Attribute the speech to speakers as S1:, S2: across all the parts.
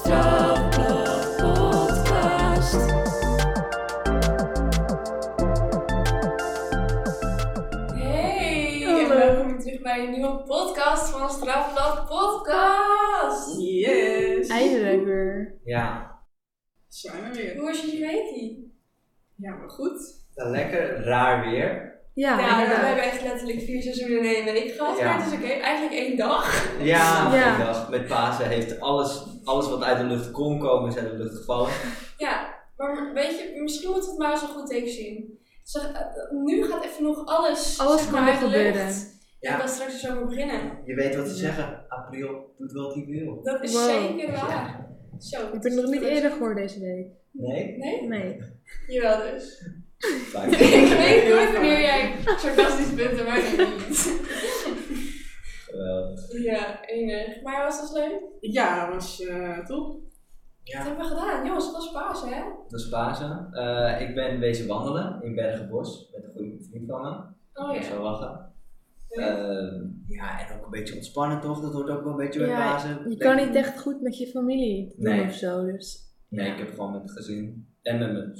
S1: Straalblad Podcast. Hey, en
S2: Hallo.
S1: welkom terug bij een nieuwe podcast van Straalblad Podcast.
S2: Yes!
S3: Eindelijk weer.
S4: Ja,
S2: Zijn we weer.
S1: Hoe was jullie weekie?
S2: Ja, maar goed.
S4: wel lekker raar weer.
S3: Ja,
S1: Ja, we
S3: inderdaad.
S1: hebben echt letterlijk vier seizoenen in één week gehad,
S4: Ja.
S1: maar het is oké, eigenlijk één dag.
S4: Ja,
S3: Ja.
S4: ik dacht, met Pasen heeft alles, alles wat uit de lucht kon komen, is uit de lucht gevallen.
S1: Ja, maar weet je, misschien moet het maar als een goed teken zien. Dus, eh, nu gaat even nog alles.
S3: Alles
S1: zeg
S3: kan
S1: maar,
S3: nog
S1: uit de lucht.
S3: gebeuren.
S4: Ja.
S1: Ik kan straks dus over beginnen.
S4: Je weet wat ze
S2: Ja.
S4: zeggen, april doet wat hij wil.
S1: Dat is
S3: Wow.
S1: zeker waar. Zo.
S3: Ik ben nog niet eerder gehoord deze week.
S4: Nee?
S1: Nee?
S3: Nee.
S1: Jawel dus.
S4: Fijn.
S1: ik weet nooit wanneer jij sarcastisch bent en wanneer niet.
S4: Geweldig.
S1: Ja, enig. Maar was dat leuk?
S2: Ja, dat was eh top.
S1: Wat
S4: Ja,
S1: hebben we gedaan? Jongens, het was paas hè?
S4: dat is Pasen. Eh, ik ben wezen wandelen in Bergenbos met een goede vriend van me.
S1: Oh
S4: Ik
S1: ja.
S4: zou lachen.
S1: Ja.
S4: Ehm, ja, en ook een beetje ontspannen toch? Dat hoort ook wel een beetje bij
S3: Ja,
S4: Pasen.
S3: Je
S4: Lekker-
S3: kan niet echt goed met je familie doen
S4: Nee.
S3: of zo. Dus.
S4: Nee, ik heb gewoon met het gezin en met mijn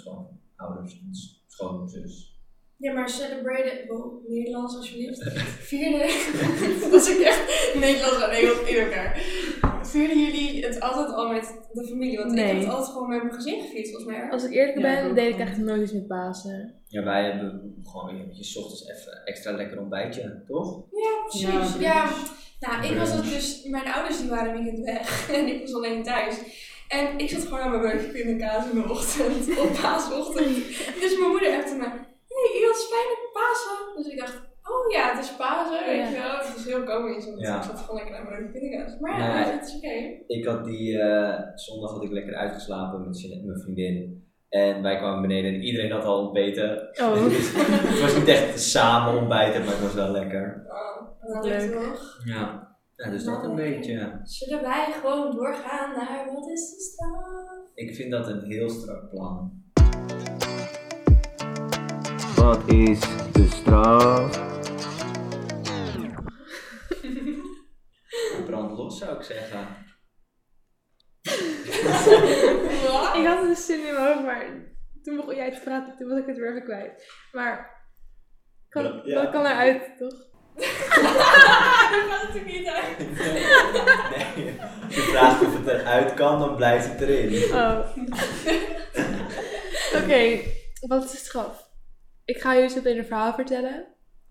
S4: schoonouders, s- schoonzus.
S1: Ja, maar celebrate wow, Nederlands alsjeblieft. Vierde. dat is ook echt Nederlands en Engels in elkaar. Vierden jullie het altijd al met de familie? Want ik heb
S3: Nee.
S1: het altijd gewoon met mijn gezin gevierd, volgens mij.
S3: Als ik eerlijk
S2: Ja,
S3: ben,
S2: ook
S3: deed ik
S2: wel.
S3: echt nooit iets met Pasen.
S4: Ja, wij hebben gewoon weer een beetje 's ochtends even extra lekker ontbijtje, toch?
S1: Ja, precies. ja, Nou, ik was dat dus, mijn ouders die waren weekend weg en ik was alleen thuis. En ik zat gewoon aan mijn buikje pindakaas in de ochtend, op paasochtend. Dus mijn moeder heeft me, hey, je had fijne Pasen. Dus ik dacht, oh ja, het is Pasen, weet je wel. Het is heel komisch, want
S4: Ja.
S1: ik zat gewoon lekker aan mijn buikje pindakaas. Maar ja,
S4: Nee.
S1: het is oké.
S4: Ik had die eh, zondag had ik lekker uitgeslapen met Jeanette, mijn vriendin. En wij kwamen beneden en iedereen had al ontbeten.
S3: Oh.
S4: Dus het was niet echt samen ontbijten, maar het was wel lekker.
S1: Oh, dat
S3: Leuk.
S1: lukt toch.
S4: Ja. ja dus dat een beetje.
S1: Zullen wij gewoon doorgaan naar wat is de straf?
S4: Ik vind dat een heel strak plan. Wat is de straf? Brand los zou ik zeggen.
S3: Ik had een zin in mijn hoofd, maar toen begon jij te praten. Toen was ik het weer even kwijt. Maar. Kan,
S4: Ja.
S3: Dat kan eruit, toch?
S1: dat gaat natuurlijk niet uit.
S4: Nee, je vraagt of het eruit kan, dan blijft het erin.
S3: Oh. Oké, wat is de straf? Ik ga jullie zo meteen een verhaal vertellen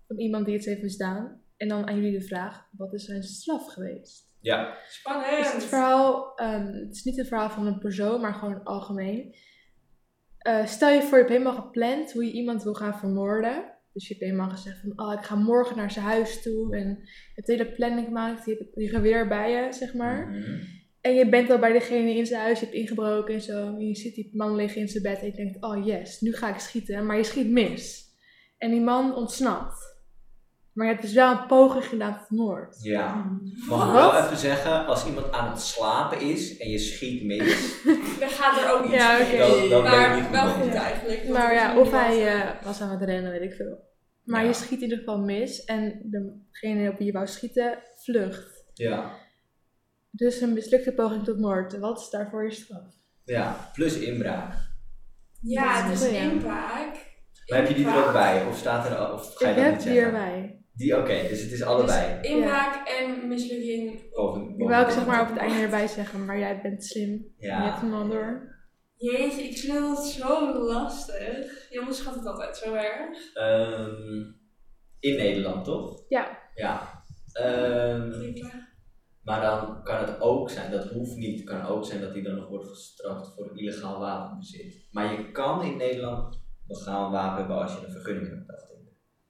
S3: van iemand die iets heeft misdaan. En dan aan jullie de vraag: wat is zijn straf geweest?
S4: Ja.
S3: Dus het
S1: Spannend.
S3: verhaal, ehm, het is niet een verhaal van een persoon, maar gewoon algemeen. Eh, stel je voor, je hebt helemaal gepland hoe je iemand wil gaan vermoorden. Dus je hebt helemaal gezegd van, oh, ik ga morgen naar zijn huis toe. En je hebt de hele planning gemaakt, je hebt je geweer bij je, zeg maar.
S4: Mhm.
S3: En je bent al bij degene in zijn huis, je hebt ingebroken en zo. En je ziet die man liggen in zijn bed en je denkt, oh yes, nu ga ik schieten. Maar je schiet mis. En die man ontsnapt. Maar je hebt dus wel een poging gedaan tot moord.
S4: Ja. Mag
S1: Wat?
S4: ik wel even zeggen, als iemand aan het slapen is en je schiet mis,
S1: We gaan er ook niet
S3: Ja,
S1: mee.
S3: oké.
S4: dan, dan ben je
S1: Maar
S4: niet
S1: wel
S4: goed
S1: goed
S4: bezig.
S1: eigenlijk. want
S3: Maar
S1: het
S3: Nou ja,
S1: is
S3: of
S1: niet
S3: hij
S1: wat-
S3: eh, was aan het rennen, weet ik veel. Maar
S4: Ja.
S3: je schiet in ieder geval mis en degene op wie je wou schieten vlucht.
S4: Ja.
S3: Dus een mislukte poging tot moord. Wat is daarvoor je straf?
S4: ja, plus inbraak.
S3: dat is
S1: ja,
S3: een
S1: dus
S3: goeie, ja.
S1: inbraak.
S4: Maar heb je die er ook
S1: Inbraak.
S4: bij? Of staat er of ga je
S3: ik
S4: dat
S3: heb
S4: niet
S3: die
S4: zeggen?
S3: erbij.
S4: Die, oké, dus het is allebei.
S1: Inbraak en mislukking.
S4: Boven,
S3: Die wou ik zeg maar op het einde erbij zeggen, maar jij bent slim. Je hebt
S4: Ja.
S3: hem al door.
S1: Jeetje, ik vind dat zo lastig. Je onderschat het altijd zo erg.
S4: Ehm, in Nederland, toch?
S3: Ja.
S4: Ja. Ehm,
S1: Prima.
S4: Maar dan kan het ook zijn, dat hoeft niet, het kan ook zijn dat hij dan nog wordt gestraft voor illegaal wapenbezit. Maar je kan in Nederland legaal een wapen hebben als je een vergunning hebt, dacht ik.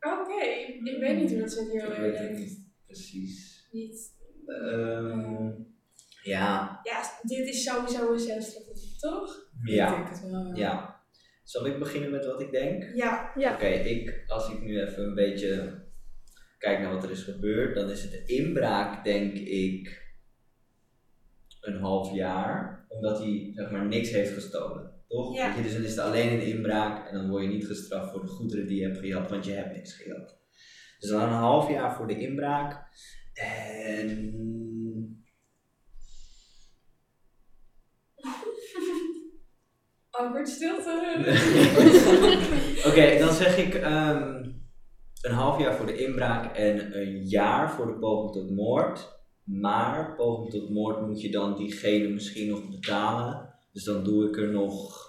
S1: Oké, ik weet niet hoe dat zit hier
S4: Ik weet
S1: alweer.
S4: het
S1: Niet.
S4: niet precies.
S1: niet. eh,
S4: Ehm, ja,
S1: Ja, dit is sowieso een zelfstrategie, toch?
S2: Ik
S4: ja,
S2: denk het wel.
S4: ja. Zal ik beginnen met wat ik denk?
S1: Ja.
S3: Ja.
S4: Oké, ik, als ik nu even een beetje kijk naar wat er is gebeurd, dan is het de inbraak, denk ik, een half jaar. Omdat hij, zeg maar, niks heeft gestolen. Toch?
S1: Ja.
S4: Weet je, dus dan is het alleen een inbraak en dan word je niet gestraft voor de goederen die je hebt gejat, want je hebt niks gejat. Dus dan een half jaar voor de inbraak. En
S1: Awkward stilte.
S4: Oké, dan zeg ik ehm, een half jaar voor de inbraak en een jaar voor de poging tot moord. Maar poging tot moord moet je dan diegene misschien nog betalen. Dus dan doe ik er nog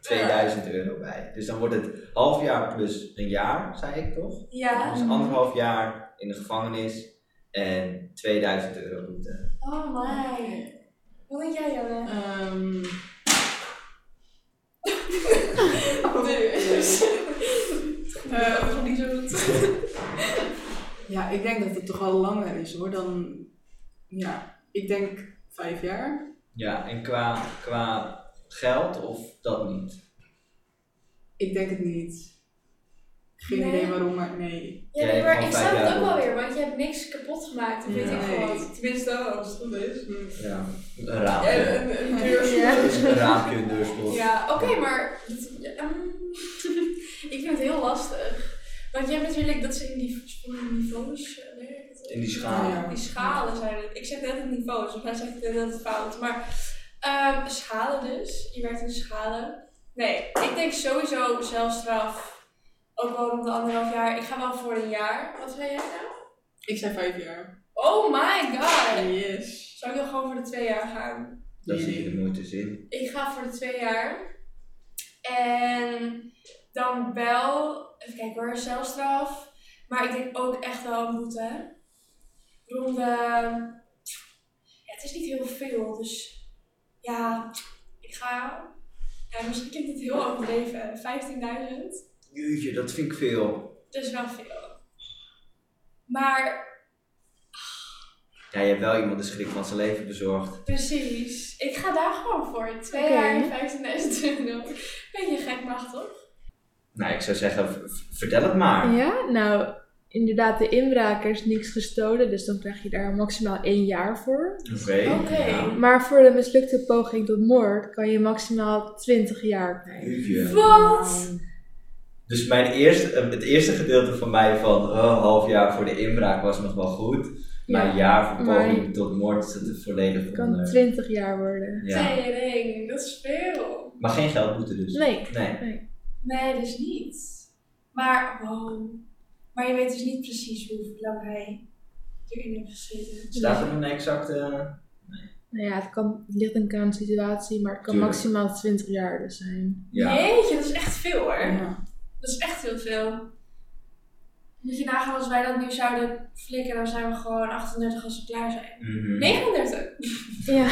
S4: 2000 euro bij. Dus dan wordt het half jaar plus een jaar, zei ik toch?
S1: ja.
S4: Dus anderhalf jaar in de gevangenis en 2000 euro boete.
S1: Oh my. Wat denk jij, Janne?
S2: Ehm,
S1: Dus.
S2: Eh,
S1: Dat is nog niet zo goed.
S2: ja, ik denk dat het toch al langer is hoor dan. Ja, ik denk vijf jaar.
S4: Ja, en qua, qua geld of dat niet?
S2: Ik denk het niet. Geen
S1: Nee.
S2: idee waarom, maar nee.
S1: Ja,
S4: Jij
S1: nee,
S4: hebt
S1: maar
S4: gewoon
S1: ik
S4: vijf
S1: snap het
S4: jaar
S1: ook wel
S4: gehoord.
S1: weer, want je hebt niks kapot gemaakt, of weet
S4: Nee.
S1: ik gewoon.
S2: Tenminste, als het goed is.
S4: Ja, een raapje.
S2: een
S4: Een raapje, een deurslot.
S1: Ja, oké, maar ja, ehm, ik vind het heel lastig. Want je hebt natuurlijk dat ze in die verschillende niveaus eh, werken.
S4: In die schalen.
S1: Ja, die schalen zijn het. Ik zeg net het dus niveaus, want hij zegt net dat het fout. Maar ehm, schalen dus. Je werkt in schalen. Nee, ik denk sowieso zelfstraf. Ook wel om de anderhalf jaar. Ik ga wel voor een jaar. Wat zei jij nou?
S2: Ik zei vijf jaar.
S1: Oh my god!
S2: Yes.
S1: Zou ik dan gewoon voor de twee jaar gaan?
S4: Daar zit je de moeite in.
S1: Ik ga voor de twee jaar. En dan wel, even kijken hoor, zelfstraf. Maar ik denk ook echt wel een boete. Ronde, ja, het is niet heel veel, dus ja, ik ga, ja, misschien klinkt het heel overdreven, 15.000.
S4: Jeetje, dat vind ik veel.
S1: Dat is wel veel. Maar
S4: Ja, je hebt wel iemand de schrik van zijn leven bezorgd.
S1: precies, ik ga daar gewoon voor. Twee
S3: Oké.
S1: jaar en 15.000 euro. Beetje gek mag toch?
S4: Nou, ik zou zeggen, v- v- vertel het maar.
S3: Ja, nou, inderdaad, de inbraak er is niks gestolen, dus dan krijg je daar maximaal één jaar voor.
S4: Oké.
S1: Oké.
S4: Ja.
S3: Maar voor de mislukte poging tot moord kan je maximaal 20 jaar krijgen.
S4: Jeetje.
S1: Wat?
S4: Dus mijn eerste, eh, het eerste gedeelte van mij van oh, half jaar voor de inbraak was nog wel goed. Maar eh,
S3: Ja,
S4: een jaar voor
S3: maar-
S4: poging tot moord zit er volledig
S3: Het kan
S4: onder.
S3: 20 jaar worden.
S4: Ja.
S1: Tering, dat is veel.
S4: Maar geen geldboete dus.
S3: Nee.
S4: Nee.
S1: Nee, dus niet. Maar, wow. Maar je weet dus niet precies hoe lang hij erin heeft gezeten.
S4: Staat er een exacte...
S3: Nou ja, het, kan, het ligt natuurlijk aan de situatie, maar het kan
S4: Tuurlijk.
S3: maximaal 20 jaar dus zijn.
S4: Ja.
S1: Jeetje, dat is echt veel hoor.
S2: Ja.
S1: Dat is echt heel veel. Moet je nagaan als wij dat nu zouden flikken, dan zijn we gewoon 38 als we klaar zijn.
S4: Mhm.
S1: 39!
S3: Ja.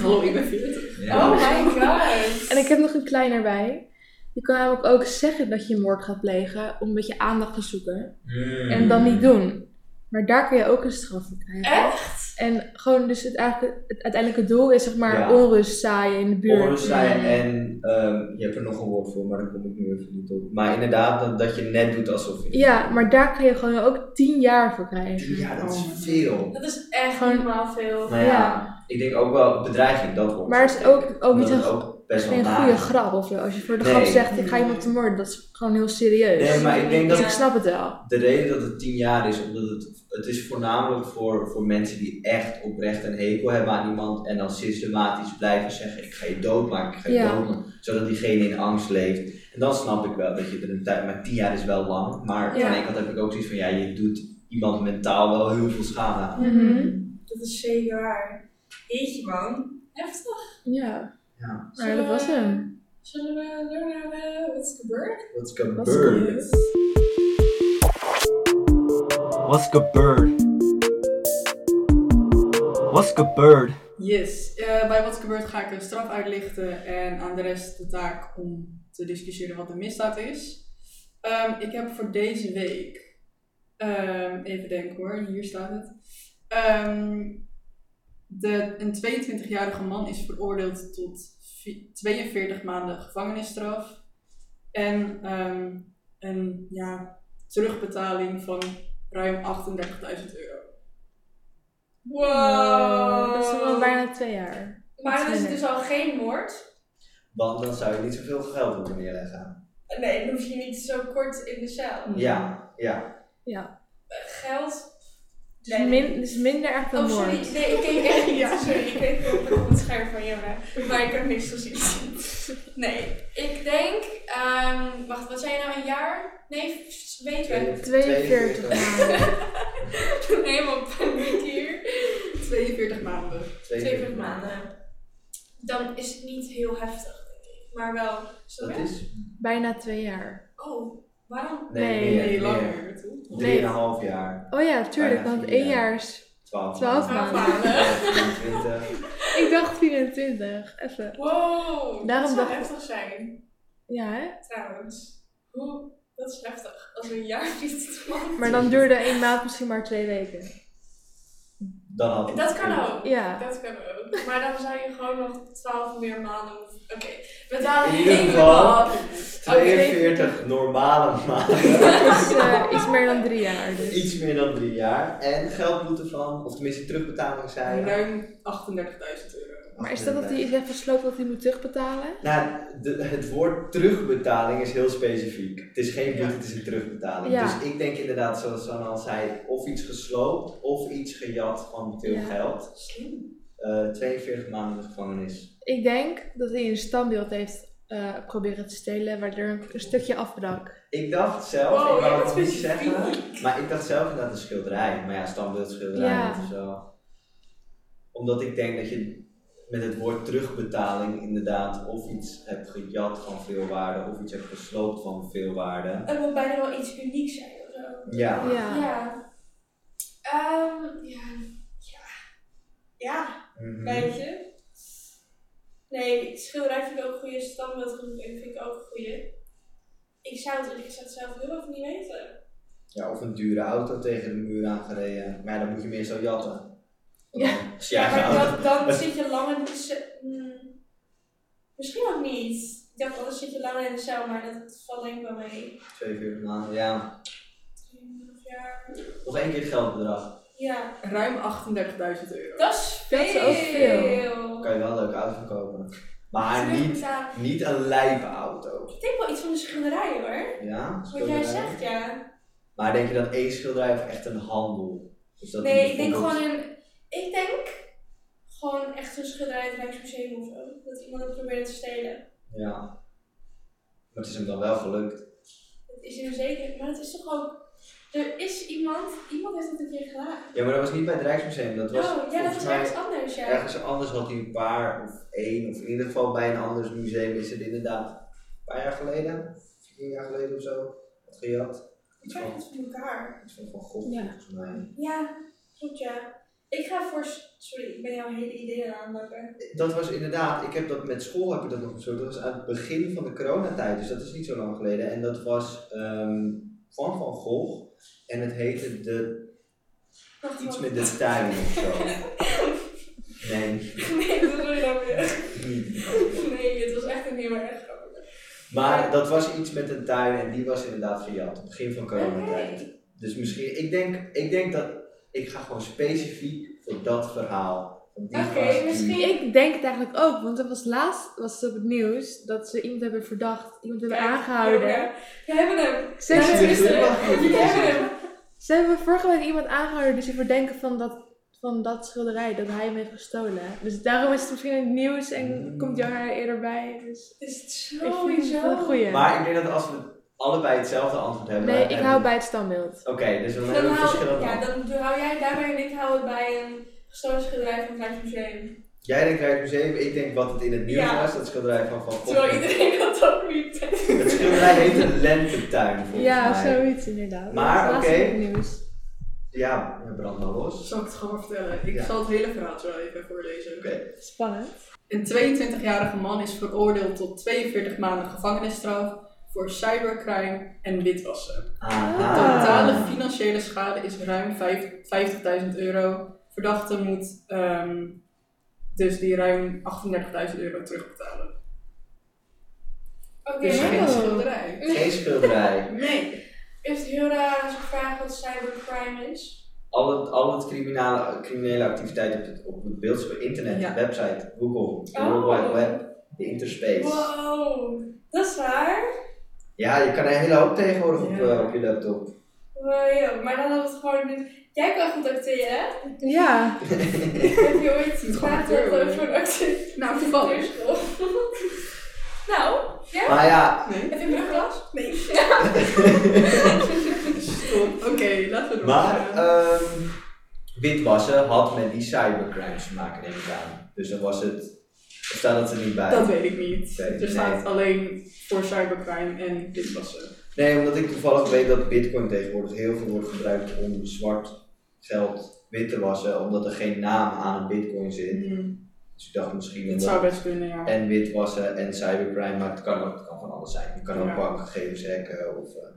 S2: Hallo, ik ben 40.
S4: Ja.
S1: Oh my god!
S3: En ik heb nog een klein erbij. Je kan namelijk ook zeggen dat je een moord gaat plegen om een beetje aandacht te zoeken.
S4: Mm.
S3: En dan niet doen. Maar daar kun je ook een straf voor krijgen.
S1: Echt?
S3: En gewoon dus het, eigenlijk, het uiteindelijke doel is zeg maar
S4: Ja.
S3: onrust zaaien in de buurt.
S4: Oren zijn en ehm, je hebt er nog een woord voor, maar daar kom ik nu even niet op. Maar inderdaad, dat, dat je net doet alsof je.
S3: Ja, maar daar kun je gewoon ook 10 jaar voor krijgen.
S4: Ja, dat is veel.
S1: Dat is echt
S3: Gewoon-
S1: normaal veel.
S4: Maar ja, ik denk ook wel bedreiging, dat wordt.
S3: Maar het is ook, ook niet
S4: dat
S3: een,
S4: het ook best wel
S3: geen goede
S4: laag.
S3: grap of zo. Als je voor de
S4: Nee.
S3: grap zegt, ik ga iemand te moorden, dat is gewoon heel serieus.
S4: Nee, Eh, maar ik denk dat
S3: Dus ik snap het wel.
S4: de reden dat het 10 jaar is, omdat het, het is voornamelijk voor, voor mensen die echt oprecht een hekel hebben aan iemand en dan systematisch blijven zeggen: Ik ga je doodmaken, ik ga je
S3: Ja.
S4: doodmaken, zodat diegene in angst leeft. En dan snap ik wel dat je er een tijd, maar 10 jaar is wel lang. Maar
S1: Ja.
S4: aan de ene kant heb ik ook zoiets van: Ja, je doet iemand mentaal wel heel veel schade aan.
S3: Mhm.
S1: Dat is zeker waar. Jeetje man. Heftig.
S3: Ja,
S4: Ja,
S3: maar dat was hem.
S1: Zullen we door naar eh, wat is gebeurd?
S4: what's gebeurd?
S3: What's gebeurd?
S4: What's gebeurd? What's gebeurd?
S2: Yes. Eh, bij wat gebeurt ga ik een straf uitlichten en aan de rest de taak om te discussiëren wat de misdaad is. Ehm, ik heb voor deze week, ehm, even denken hoor, hier staat het. Ehm, de, een 22-jarige man is veroordeeld tot vi- 42 maanden gevangenisstraf en ehm, een ja, terugbetaling van ruim 38.000 euro.
S1: Wow.
S3: Dat is wel bijna twee jaar.
S1: Maar dan is het dus al geen moord.
S4: Want dan zou je niet zoveel geld moeten neerleggen.
S1: Nee, dan hoef je niet zo kort in de cel.
S4: Ja, ja.
S1: Geld.
S3: Het is, Dus min, het is minder erg dan
S1: Oh, sorry.
S3: moord.
S1: Nee, ik keek echt niet.
S2: Ja.
S1: Sorry, ik keek op op het scherm van Jemma. Maar ik heb niks gezien. Nee, ik denk... ehm, wacht, wat zei je nou? Een jaar? Nee, f- weet wel.
S3: 42 maanden.
S1: Helemaal paniek hier.
S2: 42 maanden.
S1: 20 maanden. Dan is het niet heel heftig, denk ik. Maar wel...
S4: Dat
S1: Sorry.
S4: is?
S3: Bijna twee jaar.
S1: Oh, waarom?
S3: Nee,
S2: Nee,
S4: meer, meer.
S2: langer toch?
S3: Nee.
S4: Drieënhalf jaar.
S3: Oh ja, tuurlijk,
S4: Bijna
S3: want
S4: vier
S3: één
S4: jaar.
S3: jaar is...
S4: 12
S3: Twaalf
S1: Twaalf
S3: maanden.
S1: maanden.
S4: 20.
S3: Ik dacht 24. Even.
S1: Wow,
S3: Daarom
S1: dat zou
S3: dacht ik-
S1: heftig zijn,
S3: Ja, hè?
S1: trouwens. Hoe, dat is heftig. Als we een jaar niet man.
S3: Maar dan duurde één maand misschien maar twee weken.
S4: Dan had ik
S1: Dat kan ook.
S3: Ja.
S1: Dat kan ook. Maar dan zou je gewoon nog 12 meer maanden. moeten- Oké, we dalen
S4: In ieder
S1: helemaal
S4: geval.
S1: af.
S4: 42 normale maanden.
S3: Dat is eh, iets meer dan drie jaar. Dus.
S4: Iets meer dan drie jaar. En geldboete van, of tenminste terugbetaling zijn.
S2: Ruim 38.000 euro.
S3: Maar is dat dat hij is echt gesloopt dat hij moet terugbetalen?
S4: Nou, de- het woord terugbetaling is heel specifiek. Het is geen boete,
S2: Ja.
S4: het is een terugbetaling.
S3: Ja.
S4: Dus ik denk inderdaad, zoals Sanne al zei, of iets gesloopt of iets gejat van veel
S3: Ja.
S4: geld.
S1: Slim.
S4: Eh, 42 maanden de gevangenis.
S3: Ik denk dat hij een standbeeld heeft eh, proberen te stelen, waardoor een, een stukje afbrak.
S4: Ik dacht zelf,
S1: Wow,
S4: ik
S1: jij
S4: wou
S1: bent
S4: het niet
S1: specifiek.
S4: zeggen, maar ik dacht zelf inderdaad een schilderij. Maar ja, standbeeld schilderij
S3: Ja.
S4: dat is wel. Omdat ik denk dat je met het woord terugbetaling inderdaad of iets hebt gejat van veel waarde of iets hebt gesloopt van veel waarde.
S1: Het moet bijna wel iets unieks zijn of zo.
S4: Ja.
S3: Ja.
S1: Ja. Ehm, ja. Ja. Ja,
S4: Mhm.
S1: weet je. Nee, schilderij vind ik ook een goede. Standbeeld vind ik ook een goede. Ik zou het eerlijk gezegd zelf heel even niet weten.
S4: Ja, of een dure auto tegen de muur aangereden. Maar ja, dan moet je meer zo jatten.
S3: Ja.
S4: Als jij
S1: maar
S4: een auto-
S1: dan, dan zit je lang in de ce- hmm. Misschien ook niet. Ik dacht, anders zit je lang in de cel, maar dat valt denk ik wel mee.
S4: 42 maanden, ja.
S1: 3,5 jaar.
S4: Nog één keer het geldbedrag.
S1: Ja,
S2: Ruim 38.000 euro.
S1: dat is
S3: Dat is
S1: veel.
S3: ook veel.
S4: Dan kan je wel een leuke auto kopen. Maar niet,
S1: Terugbetaal-
S4: niet een lijpe auto.
S1: Ik denk wel iets van de schilderij hoor.
S4: Ja?
S1: Wat jij
S4: schilderij.
S1: zegt, ja.
S4: Maar denk je dan één schilderij of echt een handel? Dus dat
S1: nee,
S4: die
S1: ik denk
S4: bijvoorbeeld-
S1: gewoon een. Ik denk gewoon echt een schilderij uit het Rijksmuseum of zo. Dat iemand het probeert te stelen.
S4: Ja. Maar het is hem dan wel gelukt.
S1: Dat is hem zeker. Maar het is toch ook. Er is iemand. Iemand heeft het een keer gedaan.
S4: Ja, maar dat was niet bij het Rijksmuseum. Dat was
S1: oh, ja, dat
S4: volgens
S1: was
S4: mij
S1: ergens anders, ja.
S4: Ergens anders had hij een paar of één, of in ieder geval bij een ander museum is het inderdaad een paar jaar geleden, vier jaar geleden of zo, had gejat.
S1: Ik
S4: Iets
S1: krijg
S4: van,
S1: het van elkaar.
S4: iets van Van Gogh
S3: Ja.
S4: volgens mij.
S1: Ja, klopt ja. Ik ga voor. Sorry, ik ben jouw hele ideeën aan het maken.
S4: Dat was inderdaad, ik heb dat met school heb ik dat nog bezocht, dat was aan het begin van de coronatijd, dus dat is niet zo lang geleden. En dat was ehm, van Van Gogh en het heette de,
S1: Wacht,
S4: iets
S1: wacht.
S4: met de tuin of zo. Nee, niet.
S1: Nee, dat doe je dan weer. Nee, het was echt een heel erg grappig.
S4: Maar dat was iets met een tuin en die was inderdaad gejat. Het begin van coronatijd.
S1: Oké.
S4: Dus misschien, ik denk, ik denk dat ik ga gewoon specifiek voor dat verhaal. Van die
S1: Oké,
S4: gast die-
S1: misschien-
S3: Ik denk het eigenlijk ook, want er was laatst was het op het nieuws dat ze iemand hebben verdacht, iemand hebben
S1: Kijk,
S3: aangehouden.
S1: We hebben hem.
S3: Ze
S1: Ja,
S3: hebben,
S1: dat is-
S4: Jullie lachen,
S1: Jullie
S4: dat is-
S1: hebben hem.
S3: ze hebben vorige week iemand aangehouden die ze verdenken van dat, van dat schilderij, dat hij hem heeft gestolen. Dus daarom is het misschien in het nieuws en
S4: Mm.
S3: komt jouw eerder bij. Dus
S1: Het is
S3: ik vind het wel een
S1: sowieso.
S3: goeie.
S4: Maar ik denk dat als we allebei hetzelfde antwoord hebben.
S3: Nee, ik
S4: en-
S3: hou bij het standbeeld.
S4: Oké, dus dan,
S1: Dan
S4: hebben we
S1: hou,
S4: verschillende.
S1: ja, dan hou jij daarbij en ik hou het bij een gestolen schilderij van het Rijksmuseum.
S4: Jij denkt Rijksmuseum, ik denk wat het in het nieuws
S1: Ja.
S4: was, dat schilderij van Van Gogh.
S1: Terwijl iedereen dat ook niet
S4: Het schilderij heet een lentetuin volgens
S3: Ja,
S4: mij.
S3: zoiets inderdaad.
S4: Maar,
S3: Dat was laatst
S4: oké.
S3: op het nieuws.
S4: Ja, eh, brand maar los.
S2: Zal ik het gewoon vertellen? Ik
S4: Ja.
S2: zal het hele verhaal zo even voorlezen.
S4: Oké.
S3: Spannend.
S2: Een 22-jarige man is veroordeeld tot 42 maanden gevangenisstraf voor cybercrime en witwassen.
S4: Aha.
S2: De
S3: Ah.
S2: totale financiële schade is ruim vijf- 50.000 euro. Verdachte moet ehm, dus die ruim 38.000 euro terugbetalen.
S1: Oké,
S2: Dus
S3: Oh.
S2: geen schilderij.
S4: Geen schilderij.
S2: Nee.
S1: heeft heel raar als ik vraag wat cybercrime is.
S4: Al het, al het criminele, criminele activiteit op het, op het beeldscherm, internet,
S2: Ja.
S4: website, Google, de
S1: Oh.
S4: World Wide Web, de interspace.
S1: Wow, dat is waar.
S4: Ja, je kan een hele hoop tegenwoordig op,
S2: Ja.
S4: eh, op je laptop.
S1: Wow, ja, maar dan hadden we het gewoon. niet- Jij kan goed acteren, hè?
S3: Ja,
S1: Heb je ooit iets
S2: moet gewoon
S1: gevraagd eh,
S2: acteren
S1: over
S2: worden.
S1: voor een acteur?
S2: Nou, toevallig.
S1: Nou, ja?
S4: Maar ja,
S2: Nee.
S1: Heb je een klas? Nee.
S2: Stop. Oké, laten we door.
S4: maar ehm, witwassen had met die cybercrimes te maken, neem ik aan. Dus dan was het, of staat dat er niet bij?
S2: dat weet ik niet.
S4: Nee,
S2: er
S4: nee.
S2: staat alleen voor cybercrime en dit was ze.
S4: Nee, omdat ik toevallig weet dat bitcoin tegenwoordig heel veel wordt gebruikt om zwart geld wit te wassen, omdat er geen naam aan een bitcoin zit. Dus ik dacht misschien
S2: Het
S4: omdat-
S2: zou best kunnen, ja.
S4: en witwassen en cybercrime, maar het kan, ook, het kan van alles zijn. Je kan ook
S2: Ja.
S4: bankgegevens hacken of... eh,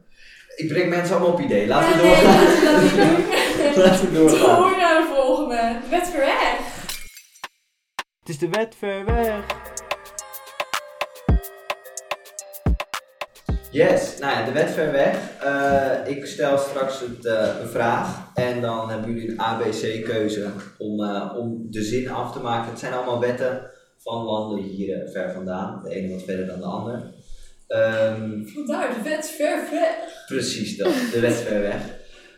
S4: ik breng mensen allemaal op idee, laten we
S1: nee,
S4: doorgaan.
S1: laten we dat niet doen.
S4: Laten we doorgaan.
S1: Door naar de volgende. Wet voor weg.
S4: Het is de wet ver weg. Yes, nou ja, de wet ver weg. Eh, ik stel straks het, eh, een vraag en dan hebben jullie een ABC-keuze om, eh, om de zin af te maken. Het zijn allemaal wetten van landen hier eh, ver vandaan. De ene wat verder dan de ander. Ehm,
S1: Vandaar de wet ver weg.
S4: precies dat, de wet ver weg.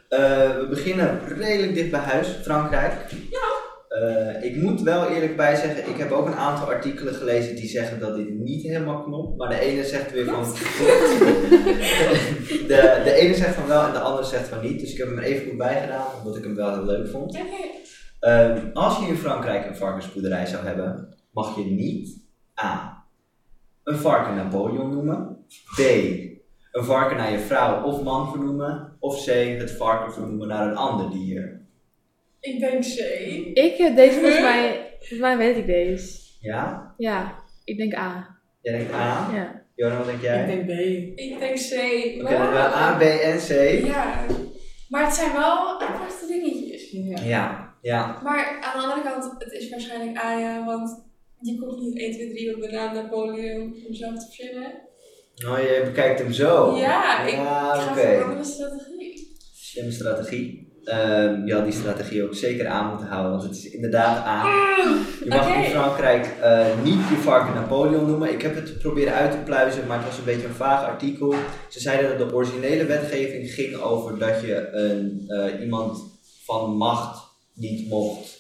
S4: Eh, we beginnen redelijk dicht bij huis, Frankrijk. Eh, ik moet wel eerlijk bij zeggen, ik heb ook een aantal artikelen gelezen die zeggen dat dit niet helemaal klopt. Maar de ene zegt weer van. de, de ene zegt van wel en de andere zegt van niet. Dus ik heb hem er even goed bij gedaan, omdat ik hem wel heel leuk vond. Ehm, als je in Frankrijk een varkensboerderij zou hebben, mag je niet A. Een varken Napoleon noemen. B. Een varken naar je vrouw of man vernoemen. Of C. Het varken vernoemen naar een ander dier.
S1: Ik denk C.
S3: ik heb deze volgens mij, volgens mij weet ik deze.
S4: Ja?
S3: Ja, ik denk A.
S4: Jij denkt A.
S3: Ja.
S4: Joran, wat denk jij?
S2: Ik denk B.
S1: Ik denk C.
S4: Oké, dan hebben we A, B en C.
S1: Ja. Maar het zijn wel aparte dingetjes.
S2: Ja.
S4: Ja, ja.
S1: Maar aan de andere kant, het is waarschijnlijk A, ja, want je komt niet 1, 2, 3 op de naam Napoleon om zelf te verzinnen.
S4: Nou, je bekijkt hem zo.
S1: Ja, ik
S4: Ja,
S1: Ik ga
S4: Ah, oké.
S1: voor een andere strategie.
S4: Slimme strategie. Ehm, je had die strategie ook zeker aan moeten houden, want het is inderdaad A. Je mag
S1: Oké.
S4: in Frankrijk eh, niet je varken Napoleon noemen. Ik heb het proberen uit te pluizen, maar het was een beetje een vaag artikel. Ze zeiden dat de originele wetgeving ging over dat je een, eh, iemand van macht niet mocht